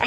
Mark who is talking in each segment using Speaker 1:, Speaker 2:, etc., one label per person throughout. Speaker 1: Are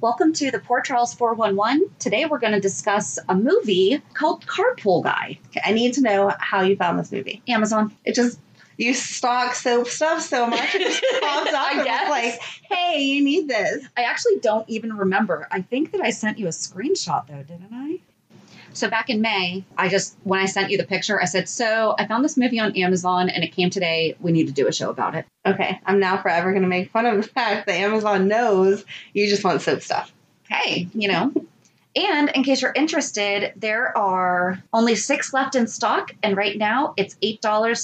Speaker 2: Welcome to the Port Charles 411. Today we're going to discuss a movie called Carpool Guy,
Speaker 1: Okay, I need to know how you found this movie.
Speaker 2: Amazon.
Speaker 1: It just, you stalk soap stuff so much. It just pops up
Speaker 2: I
Speaker 1: and it's
Speaker 2: guess.
Speaker 1: like, hey, you need this.
Speaker 2: I actually don't even remember. I think that I sent you a screenshot though, didn't I? So back in May, I just when I sent you the picture, I said, "So, I found this movie on Amazon and it came today. We need to do a show about it."
Speaker 1: Okay, I'm now forever going to make fun of the fact that Amazon knows you just want soap stuff.
Speaker 2: Hey, you know. and in case you're interested, there are only 6 left in stock and right now it's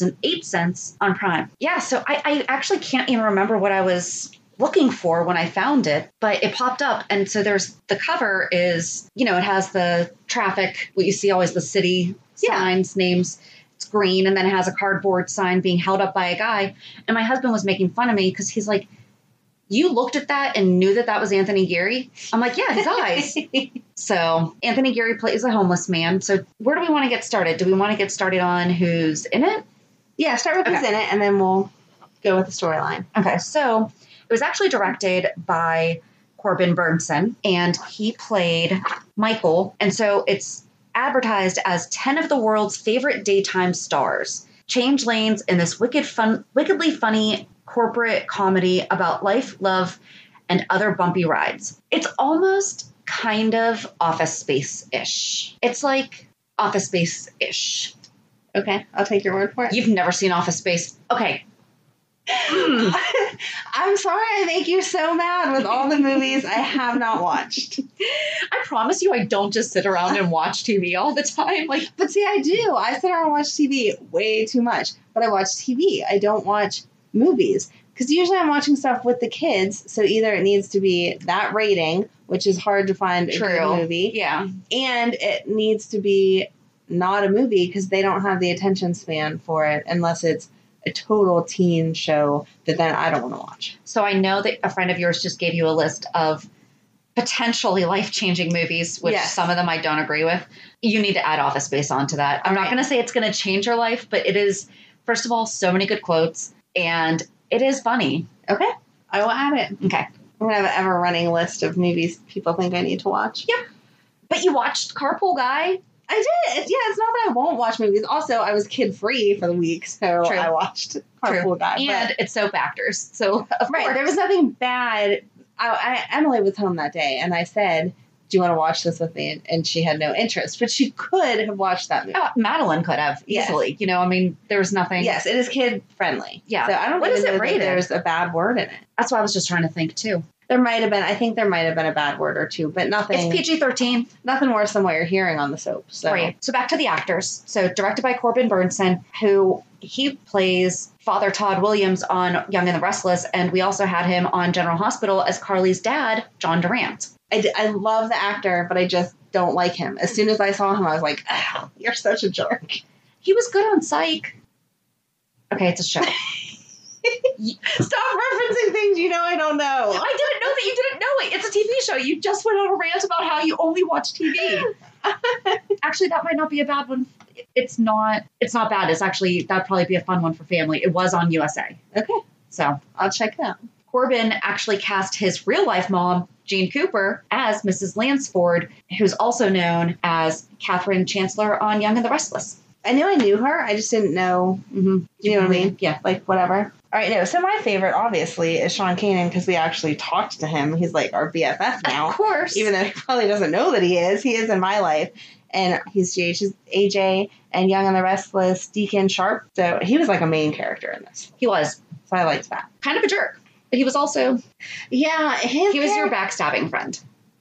Speaker 2: $8.08 on Prime. Yeah, so I I actually can't even remember what I was looking for when I found it, but it popped up. And so there's the cover is, you know, it has the traffic, what you see always the city
Speaker 1: Yeah.
Speaker 2: signs, names. It's green and then it has a cardboard sign being held up by a guy. And my husband was making fun of me because he's like, You looked at that and knew that that was Anthony Geary? I'm like, Yeah, his eyes. so Anthony Geary plays a homeless man. So where do we want to get started? Do we want to get started on who's in it?
Speaker 1: Yeah, start with who's in it and then we'll go with the storyline.
Speaker 2: Okay, so it was actually directed by Corbin Burnson, and he played Michael. And so it's advertised as 10 of the world's favorite daytime stars change lanes in this wicked fun, wickedly funny corporate comedy about life, love, and other bumpy rides. It's almost kind of office space ish. It's like office space ish.
Speaker 1: Okay, I'll take your word for it.
Speaker 2: You've never seen office space. Okay. Mm.
Speaker 1: I'm sorry I make you so mad with all the movies I have not watched.
Speaker 2: I promise you, I don't just sit around and watch TV all the time. Like,
Speaker 1: But see, I do. I sit around and watch TV way too much, but I watch TV. I don't watch movies because usually I'm watching stuff with the kids. So either it needs to be that rating, which is hard to find a
Speaker 2: true
Speaker 1: good movie,
Speaker 2: Yeah,
Speaker 1: and it needs to be not a movie because they don't have the attention span for it unless it's a total teen show that then I don't want to watch.
Speaker 2: So I know that a friend of yours just gave you a list of potentially life changing movies, which
Speaker 1: Yes.
Speaker 2: some of them I don't agree with. You need to add Office Space onto that. I'm not
Speaker 1: Alright.
Speaker 2: going to say it's going to change your life, but it is, first of all, so many good quotes and it is funny.
Speaker 1: Okay, I will add it.
Speaker 2: Okay.
Speaker 1: I'm gonna have an ever running list of movies people think I need to watch.
Speaker 2: Yep. But you watched Carpool Guy.
Speaker 1: I did. It's, yeah, it's not that I won't watch movies. Also, I was kid free for the week, so
Speaker 2: True.
Speaker 1: I watched Carpool Guy. but-
Speaker 2: And it's soap actors. So, of
Speaker 1: right,
Speaker 2: course.
Speaker 1: there was nothing bad. I, I, Emily was home that day, and I said, "Do you want to watch this with me?" And, and she had no interest, but she could have watched that movie.
Speaker 2: Oh, Madeline could have
Speaker 1: Yes.
Speaker 2: easily. You know, I mean, there was nothing.
Speaker 1: Yes, it is kid friendly.
Speaker 2: Yeah.
Speaker 1: So I don't
Speaker 2: What
Speaker 1: even
Speaker 2: is it
Speaker 1: know that
Speaker 2: rated?
Speaker 1: there's a bad word in it.
Speaker 2: That's what I was just trying to think too.
Speaker 1: There might have been. I think there might have been a bad word or two, but nothing.
Speaker 2: It's PG 13.
Speaker 1: nothing worse than what you're hearing on the soap. So
Speaker 2: Right. So back to the actors. So directed by Corbin Burnson, who he plays Father Todd Williams on Young and the Restless, and we also had him on General Hospital as Carly's dad, John Durant.
Speaker 1: I, d- I love the actor, but I just don't like him. As soon as I saw him, I was like, oh, "You're such a jerk."
Speaker 2: He was good on Psych. Okay, it's a show.
Speaker 1: Stop referencing things you know I don't know.
Speaker 2: Oh, I didn't know that you didn't know it. It's a TV show. You just went on a rant about how you only watch TV. actually, that might not be a bad one. It's not. It's not bad. It's actually that'd probably be a fun one for family. It was on USA,
Speaker 1: Okay,
Speaker 2: so
Speaker 1: I'll check it out.
Speaker 2: Corbin actually cast his real life mom, Jean Cooper, as Mrs. Lansford, who's also known as Catherine Chancellor on Young and the Restless.
Speaker 1: I knew I knew her. I just didn't know.
Speaker 2: Mm-hmm.
Speaker 1: You know what I mean?
Speaker 2: Yeah.
Speaker 1: Like whatever. All right, no. So my favorite, obviously, is Sean Kanan because we actually talked to him. He's like our BFF now.
Speaker 2: Of course.
Speaker 1: even though he probably doesn't know that he is. He is in my life. And he's JH AJ and Young and the Restless, Deacon Sharp. So he was like a main character in this.
Speaker 2: he was
Speaker 1: So I liked that.
Speaker 2: kind of a jerk, but he was also
Speaker 1: Yeah, his
Speaker 2: he was your backstabbing friend.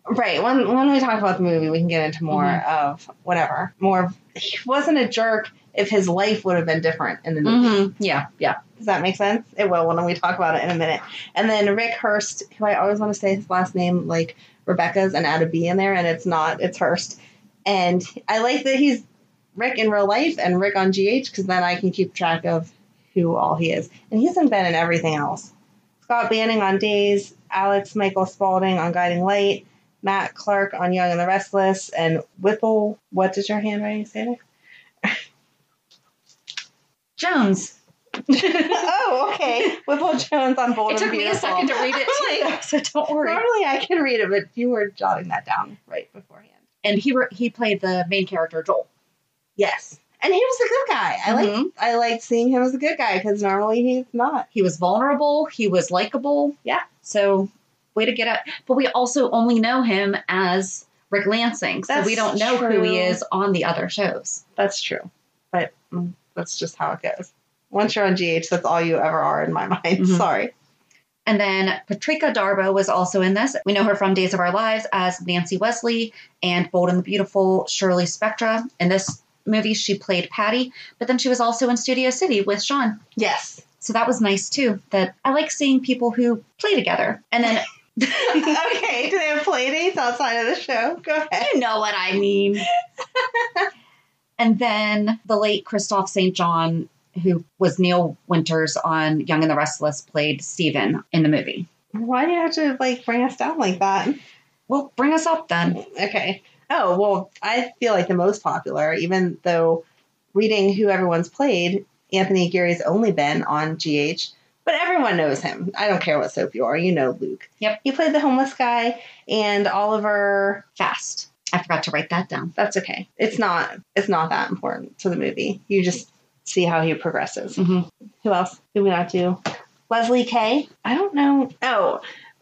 Speaker 1: right. When when we talk about the movie, we can get into more of whatever. More of, he wasn't a jerk if his life would have been different in the movie.
Speaker 2: Yeah. Yeah.
Speaker 1: Does that make sense? It will when we talk about it in a minute. And then Rick Hurst, who I always want to say his last name like Rebecca's and add a B in there, and it's not, it's Hurst. And I like that he's Rick in real life and Rick on GH because then I can keep track of who all he is. And he's been in everything else. Scott Banning on Days, Alex Michael Spaulding on Guiding Light, Matt Clark on Young and the Restless, and Whipple. What does your handwriting say? there?
Speaker 2: Jones.
Speaker 1: oh, okay. Whipple Jones on Bold
Speaker 2: It
Speaker 1: and
Speaker 2: took me a
Speaker 1: Beautiful.
Speaker 2: second to read it too,
Speaker 1: I'm
Speaker 2: so don't worry.
Speaker 1: Normally I can read it, but you were jotting that down right beforehand.
Speaker 2: And he re- he played the main character Joel.
Speaker 1: Yes. Mm-hmm. And he was a good guy. I like
Speaker 2: Mhm.
Speaker 1: I liked seeing him as a good guy because normally he's not.
Speaker 2: He was vulnerable. He was likable.
Speaker 1: Yeah.
Speaker 2: So way to get out. But we also only know him as Rick Lansing, so
Speaker 1: That's
Speaker 2: we don't know who
Speaker 1: true.
Speaker 2: he is on the other shows.
Speaker 1: That's true. But mm, that's just how it goes. Once you're on GH, that's all you ever are in my mind.
Speaker 2: Mhm.
Speaker 1: Sorry.
Speaker 2: And then Patrika Darbo was also in this. We know her from Days of Our Lives as Nancy Wesley and Bold and the Beautiful Shirley Spectra. In this movie, she played Patty, but then she was also in Studio City with Sean.
Speaker 1: Yes.
Speaker 2: So that was nice too. That I like seeing people who play together. And then
Speaker 1: okay. Do they have play dates outside of the show? Go ahead.
Speaker 2: you know what I mean. and then the late Christoph St. John, who was Neil Winters on Young and the Restless, played Stephen in the movie.
Speaker 1: Why do you have to like bring us down like that?
Speaker 2: Well, bring us up then.
Speaker 1: Okay. Oh, well, I feel like the most popular, even though reading who everyone's played, Anthony Geary's only been on GH, but everyone knows him. I don't care what soap you are, you know Luke.
Speaker 2: Yep.
Speaker 1: He played the homeless guy and Oliver.
Speaker 2: Fast. I forgot to write that down.
Speaker 1: That's okay. It's not it's not that important to the movie. You just see how he progresses.
Speaker 2: Mhm.
Speaker 1: Who else did we not do? Leslie Kay? I don't know. Oh,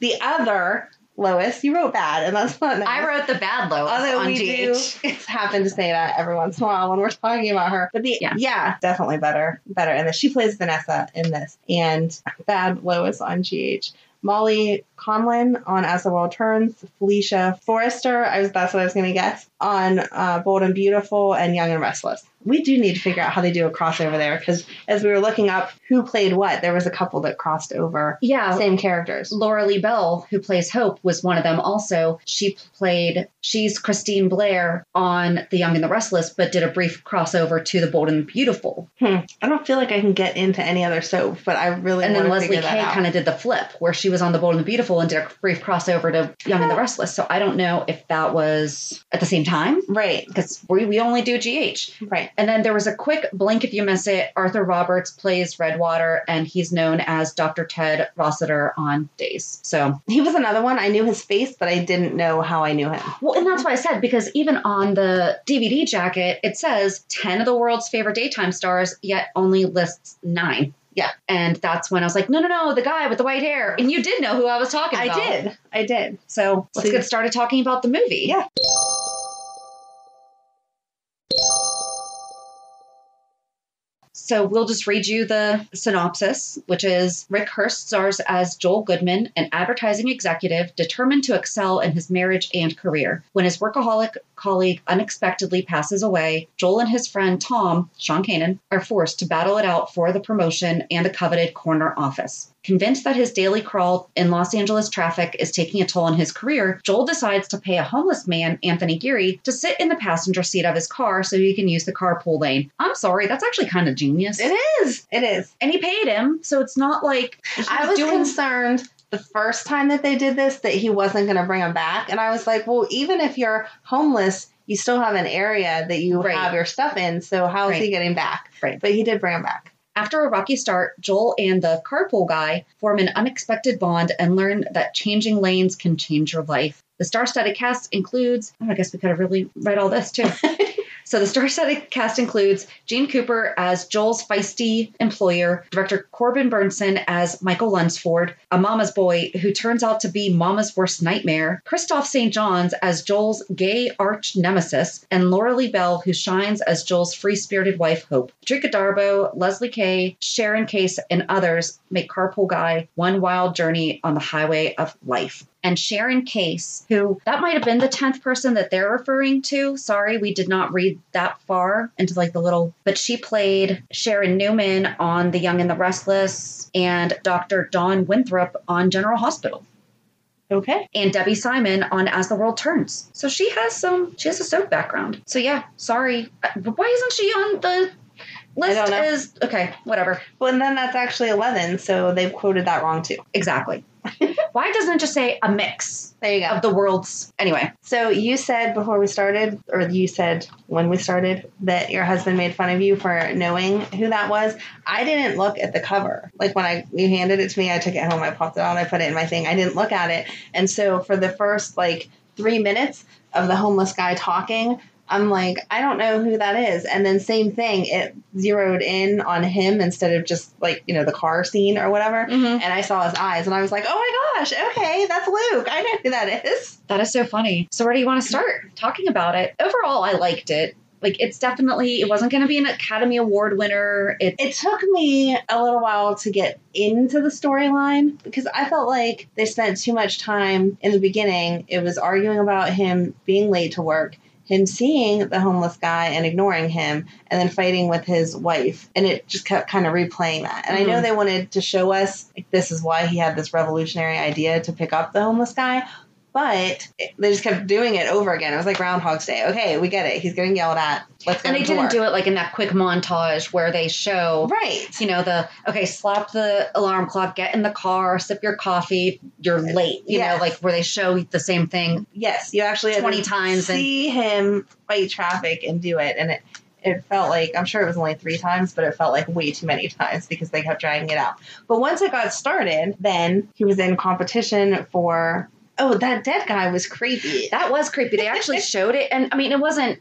Speaker 1: the other Lois. You wrote bad, and that's not nice.
Speaker 2: I wrote the bad Lois
Speaker 1: Although
Speaker 2: on
Speaker 1: we
Speaker 2: GH.
Speaker 1: do happen to say that every once in a while when we're talking about her. But the
Speaker 2: Yeah.
Speaker 1: yeah, definitely better better in this. She plays Vanessa in this and Bad Lois on GH. Molly Conlin on As the World Turns, Felicia Forrester, I was that's what I was gonna guess, on uh, Bold and Beautiful and Young and Restless. We do need to figure out how they do a crossover there because as we were looking up who played what, there was a couple that crossed over
Speaker 2: Yeah.
Speaker 1: same characters.
Speaker 2: Laura Lee Bell, who plays Hope, was one of them also. She played, she's Christine Blair on The Young and the Restless, but did a brief crossover to The Bold and the Beautiful.
Speaker 1: Hmm. I don't feel like I can get into any other soap, but I really
Speaker 2: And then
Speaker 1: wanna
Speaker 2: Leslie
Speaker 1: figure that
Speaker 2: Kay
Speaker 1: out.
Speaker 2: kind of did the flip, where she was on The Bold and the Beautiful and did a brief crossover to Young and the Restless. So I don't know if that was at the same time,
Speaker 1: Right,
Speaker 2: because we, we only do GH.
Speaker 1: right.
Speaker 2: And then there was a quick blink if you miss it. Arthur Roberts plays Redwater, and he's known as Dr. Ted Rossiter on Days. So
Speaker 1: He was another one. I knew his face, but I didn't know how I knew him.
Speaker 2: Well, and that's why I said because even on the DVD jacket, it says 10 of the world's favorite daytime stars, yet only lists nine.
Speaker 1: Yeah.
Speaker 2: And that's when I was like, no, no, no, the guy with the white hair. And you did know who I was talking
Speaker 1: I
Speaker 2: about.
Speaker 1: did. I did.
Speaker 2: So let's
Speaker 1: See.
Speaker 2: get started talking about the movie.
Speaker 1: Yeah.
Speaker 2: So we'll just read you the synopsis, which is Rick Hurst stars as Joel Goodman, an advertising executive determined to excel in his marriage and career. When his workaholic colleague unexpectedly passes away, Joel and his friend Tom, Sean Kanan, are forced to battle it out for the promotion and the coveted corner office. Convinced that his daily crawl in Los Angeles traffic is taking a toll on his career, Joel decides to pay a homeless man, Anthony Geary, to sit in the passenger seat of his car so he can use the carpool lane. I'm sorry, that's actually kind of genius.
Speaker 1: It is. It is.
Speaker 2: And he paid him, so it's not like he
Speaker 1: I was
Speaker 2: doing
Speaker 1: concerned the first time that they did this that he wasn't going to bring him back. And I was like, well, even if you're homeless, you still have an area that you
Speaker 2: Right.
Speaker 1: have your stuff in. So how is
Speaker 2: Right.
Speaker 1: he getting back?
Speaker 2: Right.
Speaker 1: But he did bring him back.
Speaker 2: After a rocky start, Joel and the carpool guy form an unexpected bond and learn that changing lanes can change your life. The star studded cast includes, oh, I guess we could have really read all this too. so, the star studded cast includes Gene Cooper as Joel's feisty employer, director Corbin Burnson as Michael Lunsford, a mama's boy who turns out to be mama's worst nightmare, Christoph St. John's as Joel's gay arch nemesis, and Laura Lee Bell, who shines as Joel's free spirited wife, Hope. Drika Darbo, Leslie Kay, Sharon Case, and others make Carpool Guy one wild journey on the highway of life. And Sharon Case, who that might have been the 10th person that they're referring to. Sorry, we did not read that far into like the little, but she played Sharon Newman on The Young and the Restless and Dr. Dawn Winthrop on General Hospital
Speaker 1: Okay.
Speaker 2: and Debbie Simon on As the World Turns. So she has some, she has a soap background. So yeah, sorry. Uh, But why isn't she on the list?
Speaker 1: don't know.
Speaker 2: Is okay, whatever.
Speaker 1: Well, and then that's actually 11. So they've quoted that wrong too.
Speaker 2: Exactly. why doesn't it just say a mix
Speaker 1: There you go.
Speaker 2: of the world's? Anyway,
Speaker 1: So you said before we started, or you said when we started, that your husband made fun of you for knowing who that was. I didn't look at the cover. Like when I you handed it to me, I took it home, I popped it out, I put it in my thing. I didn't look at it, and so for the first like three minutes of the homeless guy talking. I'm like, I don't know who that is. And then same thing, it zeroed in on him instead of just like, you know, the car scene or whatever. And I saw his eyes and I was like, oh my gosh, okay, that's Luke. I know who that is.
Speaker 2: that is so funny. So where do you want to start talking about it? Overall, I liked it. Like it's definitely it wasn't going to be an Academy Award winner. It
Speaker 1: it took me a little while to get into the storyline because I felt like they spent too much time in the beginning. It was arguing about him being late to work, him seeing the homeless guy and ignoring him, and then fighting with his wife. And it just kept kind of replaying that. And I know
Speaker 2: Mhm.
Speaker 1: they wanted to show us like, this is why he had this revolutionary idea to pick up the homeless guy. But it- they just kept doing it over again. It was like Groundhog's Day. Okay, we get it. He's getting yelled at. Let's go.
Speaker 2: and they
Speaker 1: to
Speaker 2: didn't
Speaker 1: work.
Speaker 2: do it like in that quick montage where they show
Speaker 1: right.
Speaker 2: you know the okay slap the alarm clock get in the car sip your coffee you're late you
Speaker 1: Yeah.
Speaker 2: know like where they show the same thing
Speaker 1: Yes, you actually had
Speaker 2: 20
Speaker 1: to
Speaker 2: times and-
Speaker 1: see him fight traffic and do it, and it it felt like I'm sure it was only three times, but it felt like way too many times because they kept dragging it out. But once it got started, then he was in competition for. Oh, that dead guy was creepy. That,
Speaker 2: that was creepy they actually showed it and i mean it wasn't it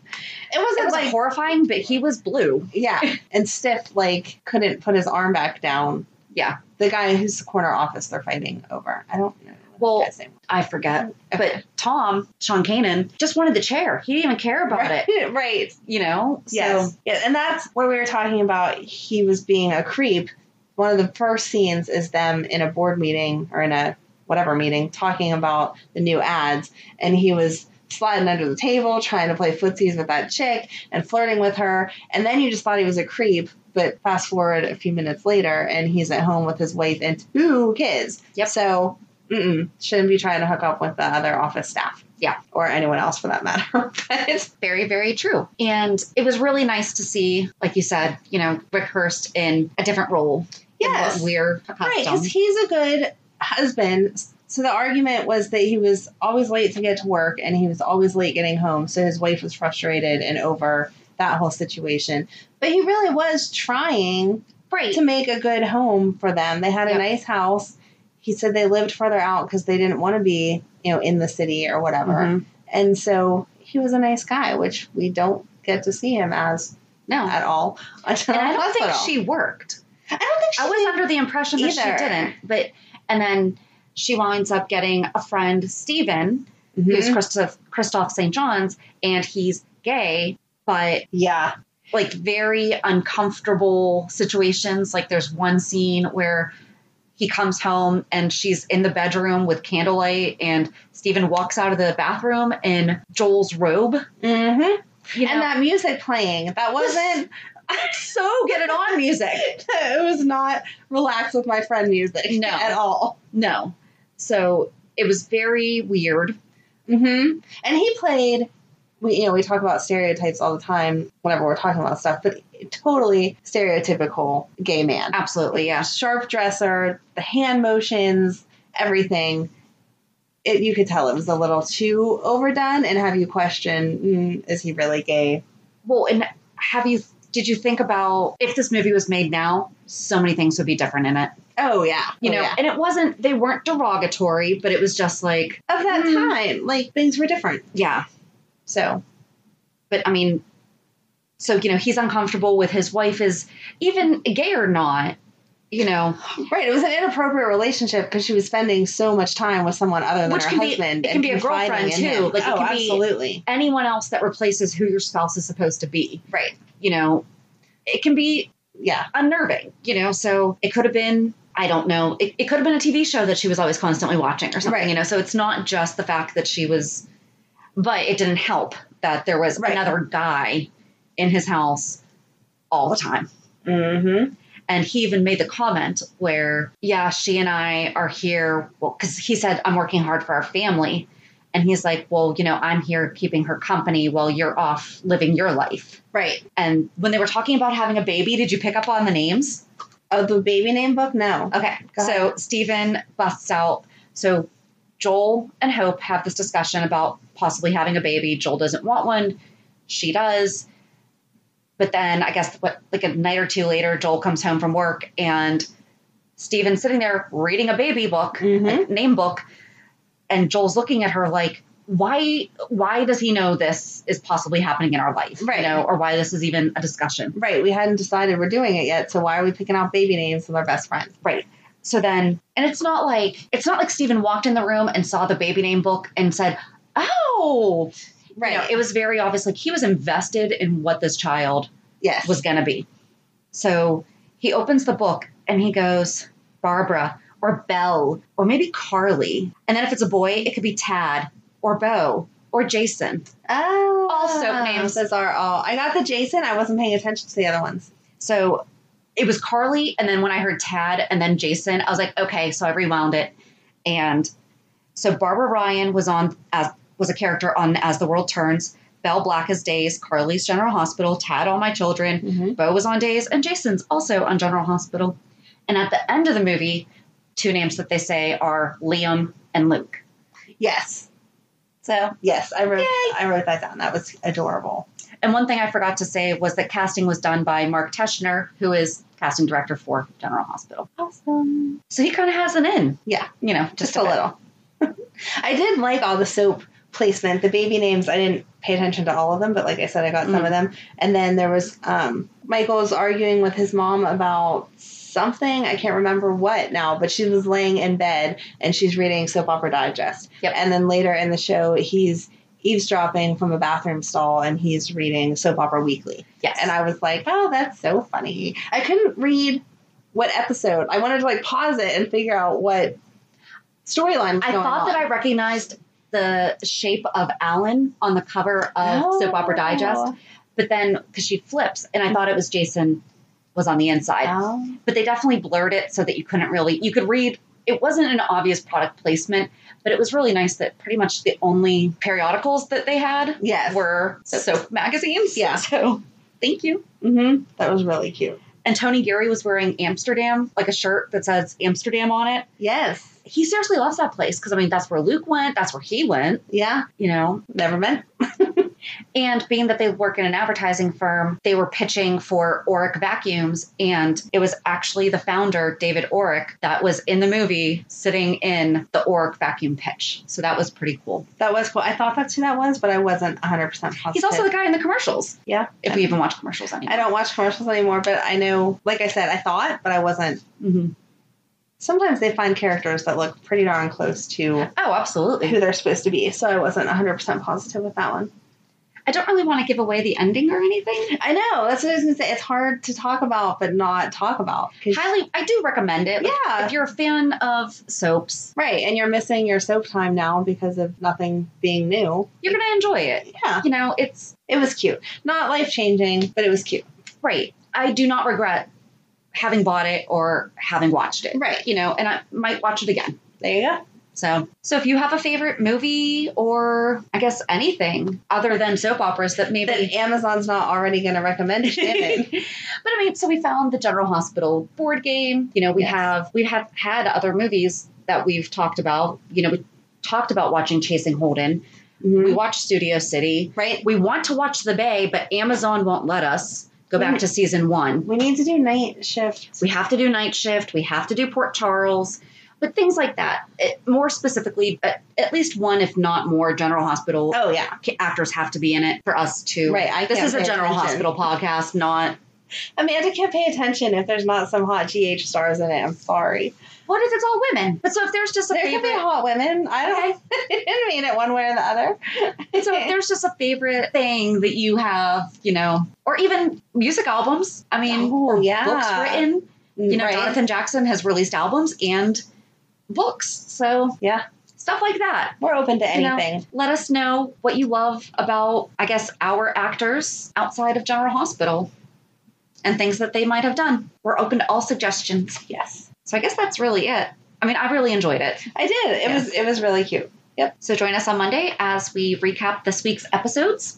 Speaker 1: it wasn't
Speaker 2: was
Speaker 1: like
Speaker 2: horrifying but he was blue
Speaker 1: yeah, and stiff like couldn't put his arm back down.
Speaker 2: yeah
Speaker 1: The guy whose corner office they're fighting over. I don't know. what
Speaker 2: Well,
Speaker 1: the guy's name was.
Speaker 2: i forget but tom sean kanan just wanted the chair he didn't even care about
Speaker 1: right,
Speaker 2: it
Speaker 1: right.
Speaker 2: you know so
Speaker 1: Yes. yeah, and that's when we were talking about he was being a creep. One of the first scenes is them in a board meeting or in a whatever meeting talking about the new ads, and he was sliding under the table trying to play footsies with that chick and flirting with her, and then you just thought he was a creep. But fast forward a few minutes later, and he's at home with his wife and two kids.
Speaker 2: Yep.
Speaker 1: So. Mm-mm, shouldn't be trying to hook up with the other office staff.
Speaker 2: Yeah.
Speaker 1: Or anyone else for that matter. but
Speaker 2: very very true and it was really nice to see like you said you know rick hurst in a different role than what
Speaker 1: Yes.
Speaker 2: we're
Speaker 1: Right,
Speaker 2: accustomed
Speaker 1: because he's a good husband. So the argument was that he was always late to get to work and he was always late getting home. So his wife was frustrated and over that whole situation. But he really was trying
Speaker 2: right
Speaker 1: to make a good home for them. They had a
Speaker 2: Yep.
Speaker 1: nice house. He said they lived further out because they didn't want to be, you know, in the city or whatever.
Speaker 2: Mhm.
Speaker 1: And so he was a nice guy, which we don't get to see him as
Speaker 2: no
Speaker 1: at all. Until
Speaker 2: and I don't think
Speaker 1: hospital.
Speaker 2: she worked.
Speaker 1: I don't think she.
Speaker 2: I was under the impression that
Speaker 1: either.
Speaker 2: she didn't. But and then she winds up getting a friend, Steven,
Speaker 1: Mhm.
Speaker 2: who's Christoph Christoph St. John's, and he's gay, but
Speaker 1: Yeah.
Speaker 2: like very uncomfortable situations. Like there's one scene where he comes home and she's in the bedroom with candlelight, and Stephen walks out of the bathroom in Joel's robe.
Speaker 1: Mm-hmm.
Speaker 2: You know,
Speaker 1: And that music playing, that wasn't,
Speaker 2: so get it on music.
Speaker 1: it was not relax with my friend music
Speaker 2: No.
Speaker 1: at all.
Speaker 2: No, so it was very weird.
Speaker 1: Mm-hmm. And he played. We you know we talk about stereotypes all the time whenever we're talking about stuff, but totally stereotypical gay man.
Speaker 2: Absolutely, yeah.
Speaker 1: Sharp dresser, the hand motions, everything. It, you could tell it was a little too overdone and have you question, mm, is he really gay?
Speaker 2: Well, and have you? Did you think about if this movie was made now? So many things would be different in it,
Speaker 1: Oh yeah,
Speaker 2: you
Speaker 1: Oh,
Speaker 2: know.
Speaker 1: yeah.
Speaker 2: And it wasn't; they weren't derogatory, but it was just like,
Speaker 1: of that
Speaker 2: Mm.
Speaker 1: time, like things were different.
Speaker 2: yeah.
Speaker 1: So
Speaker 2: But I mean, so you know, he's uncomfortable with his wife is even gay or not, you know,
Speaker 1: right, it was an inappropriate relationship because she was spending so much time with someone other than
Speaker 2: Which
Speaker 1: her
Speaker 2: can be-
Speaker 1: husband.
Speaker 2: it can
Speaker 1: and
Speaker 2: be a
Speaker 1: confiding
Speaker 2: girlfriend,
Speaker 1: in
Speaker 2: too.
Speaker 1: him.
Speaker 2: Like, it
Speaker 1: oh,
Speaker 2: can be-
Speaker 1: absolutely.
Speaker 2: anyone else that replaces who your spouse is supposed to be,
Speaker 1: Right.
Speaker 2: you know, it can be
Speaker 1: Yeah.
Speaker 2: unnerving, you know. So it could have been. I don't know. It, it could have been a TV show that she was always constantly watching or something,
Speaker 1: Right.
Speaker 2: you know. So it's not just the fact that she was, but it didn't help that there was
Speaker 1: Right.
Speaker 2: another guy in his house all the time.
Speaker 1: Mm-hmm.
Speaker 2: And he even made the comment where, yeah, she and I are here. Well, because he said, I'm working hard for our family. And he's like, well, you know, I'm here keeping her company while you're off living your life.
Speaker 1: Right.
Speaker 2: And when they were talking about having a baby, did you pick up on the names?
Speaker 1: Oh, the baby name book? No.
Speaker 2: Okay.
Speaker 1: Go
Speaker 2: So Stephen busts out. So Joel and Hope have this discussion about possibly having a baby. Joel doesn't want one. She does. But then I guess what like a night or two later, Joel comes home from work and Stephen's sitting there reading a baby book,
Speaker 1: Mhm.
Speaker 2: like, name book, and Joel's looking at her like, why why does he know this is possibly happening in our life?
Speaker 1: Right.
Speaker 2: You know, or why this is even a discussion.
Speaker 1: Right. We hadn't decided we're doing it yet, so why are we picking out baby names with our best friend?
Speaker 2: Right. So then, and it's not like it's not like Stephen walked in the room and saw the baby name book and said, "Oh." You know, it was very obvious. Like he was invested in what this child
Speaker 1: yes.
Speaker 2: was going to be. So he opens the book and he goes, "Barbara or Belle or maybe Carly." And then if it's a boy, it could be Tad or Bo or Jason.
Speaker 1: oh,
Speaker 2: all soap names.
Speaker 1: Those are all. I got the Jason. I wasn't paying attention to the other ones.
Speaker 2: So it was Carly, and then when I heard Tad and then Jason, I was like, okay, so I rewound it. And so Barbara Ryan was on as was a character on As the World Turns, Belle Black as Days, Carly's General Hospital, Tad All My Children,
Speaker 1: Mhm.
Speaker 2: Bo was on Days, and Jason's also on General Hospital. And at the end of the movie, two names that they say are Liam and Luke.
Speaker 1: Yes.
Speaker 2: So
Speaker 1: Yes. I wrote.
Speaker 2: Yay.
Speaker 1: I wrote that down. That was adorable.
Speaker 2: and one thing I forgot to say was that casting was done by Mark Teschner, who is casting director for General Hospital.
Speaker 1: Awesome.
Speaker 2: So he kind of has an in.
Speaker 1: Yeah.
Speaker 2: you know,
Speaker 1: Just, a little. I did like all the soap placement. The baby names. I didn't pay attention to all of them, but like I said, I got some
Speaker 2: Mm.
Speaker 1: of them. And then there was um, Michael was arguing with his mom about something. I can't remember what now, but she was laying in bed and she's reading soap opera digest.
Speaker 2: Yep.
Speaker 1: And then later in the show, he's eavesdropping from a bathroom stall and he's reading soap opera weekly.
Speaker 2: Yes.
Speaker 1: And I was like, oh, that's so funny. I couldn't read what episode. I wanted to like pause it and figure out what storyline was
Speaker 2: I
Speaker 1: going
Speaker 2: thought
Speaker 1: on.
Speaker 2: that I recognized the shape of Alan on the cover of Soap Opera Digest, but then because she flips, and I thought it was Jason was on the inside,
Speaker 1: Oh.
Speaker 2: but they definitely blurred it so that you couldn't really you could read. It wasn't an obvious product placement, but it was really nice that pretty much the only periodicals that they had
Speaker 1: Yes.
Speaker 2: were soap magazines.
Speaker 1: Yeah.
Speaker 2: So mm-hmm. thank you.
Speaker 1: hmm That was really cute.
Speaker 2: And Tony Gary was wearing Amsterdam, like a shirt that says Amsterdam on it.
Speaker 1: Yes.
Speaker 2: he seriously loves that place because I mean that's where Luke went, that's where he went,
Speaker 1: Yeah.
Speaker 2: you know.
Speaker 1: Never meant.
Speaker 2: And being that they work in an advertising firm, they were pitching for Oric vacuums, and it was actually the founder David Oric that was in the movie sitting in the Oric vacuum pitch. So that was pretty cool.
Speaker 1: That was cool. I thought that's who that was, but I wasn't 100% positive.
Speaker 2: He's also the guy in the commercials,
Speaker 1: Yeah.
Speaker 2: if we even watch commercials
Speaker 1: I
Speaker 2: anymore.
Speaker 1: don't watch commercials anymore, but I know, like I said, I thought, but I wasn't.
Speaker 2: Mhm.
Speaker 1: Sometimes they find characters that look pretty darn close to
Speaker 2: Oh,
Speaker 1: who
Speaker 2: absolutely.
Speaker 1: they're supposed to be, so I wasn't 100% positive with that one.
Speaker 2: I don't really want to give away the ending or anything.
Speaker 1: I know. That's what I was gonna say. It's hard to talk about, but not talk about. 'Cause-
Speaker 2: Highly, I do recommend it. Like,
Speaker 1: Yeah.
Speaker 2: if you're a fan of soaps,
Speaker 1: Right, and you're missing your soap time now because of nothing being new.
Speaker 2: you're gonna enjoy it.
Speaker 1: Yeah,
Speaker 2: You know, it's
Speaker 1: it was cute. Not life changing, but it was cute.
Speaker 2: Right. I do not regret having bought it or having watched it.
Speaker 1: Right.
Speaker 2: You know, and I might watch it again.
Speaker 1: There you go.
Speaker 2: So, so if you have a favorite movie or I guess anything other than soap operas that maybe
Speaker 1: That Amazon's not already going to recommend it. Damn it.
Speaker 2: But I mean, so we found the General Hospital board game. You know, we
Speaker 1: Yes.
Speaker 2: have we have had other movies that we've talked about. You know, we talked about watching Chasing Holden. We
Speaker 1: Mhm.
Speaker 2: watched Studio City.
Speaker 1: Right.
Speaker 2: We want to watch The Bay, but Amazon won't let us go back to season one.
Speaker 1: We need to do night shift.
Speaker 2: We have to do night shift. We have to do Port Charles, but things like that. It, more specifically, at, at least one, if not more, General Hospital
Speaker 1: Oh yeah,
Speaker 2: ca- actors have to be in it for us to.
Speaker 1: Right, I
Speaker 2: this
Speaker 1: can't
Speaker 2: is a
Speaker 1: pay
Speaker 2: General
Speaker 1: attention.
Speaker 2: Hospital podcast, not
Speaker 1: Amanda can't pay attention if there's not some hot GH stars in it. I'm sorry.
Speaker 2: what if it's all women? But so if there's just a
Speaker 1: There could be
Speaker 2: favorite,
Speaker 1: hot women. I don't. I didn't mean it one way or the other.
Speaker 2: so if there's just a favorite thing that you have, you know, or even music albums. I mean,
Speaker 1: Oh,
Speaker 2: or
Speaker 1: yeah.
Speaker 2: books written. You know,
Speaker 1: Right.
Speaker 2: Jonathan Jackson has released albums and books, so
Speaker 1: Yeah,
Speaker 2: stuff like that.
Speaker 1: we're open to
Speaker 2: you know,
Speaker 1: anything.
Speaker 2: let us know what you love about, I guess, our actors outside of General Hospital and things that they might have done. We're open to all suggestions.
Speaker 1: Yes,
Speaker 2: So I guess that's really it. I mean, I really enjoyed it.
Speaker 1: I did. It
Speaker 2: Yeah.
Speaker 1: was it was really cute. Yep.
Speaker 2: So join us on Monday as we recap this week's episodes,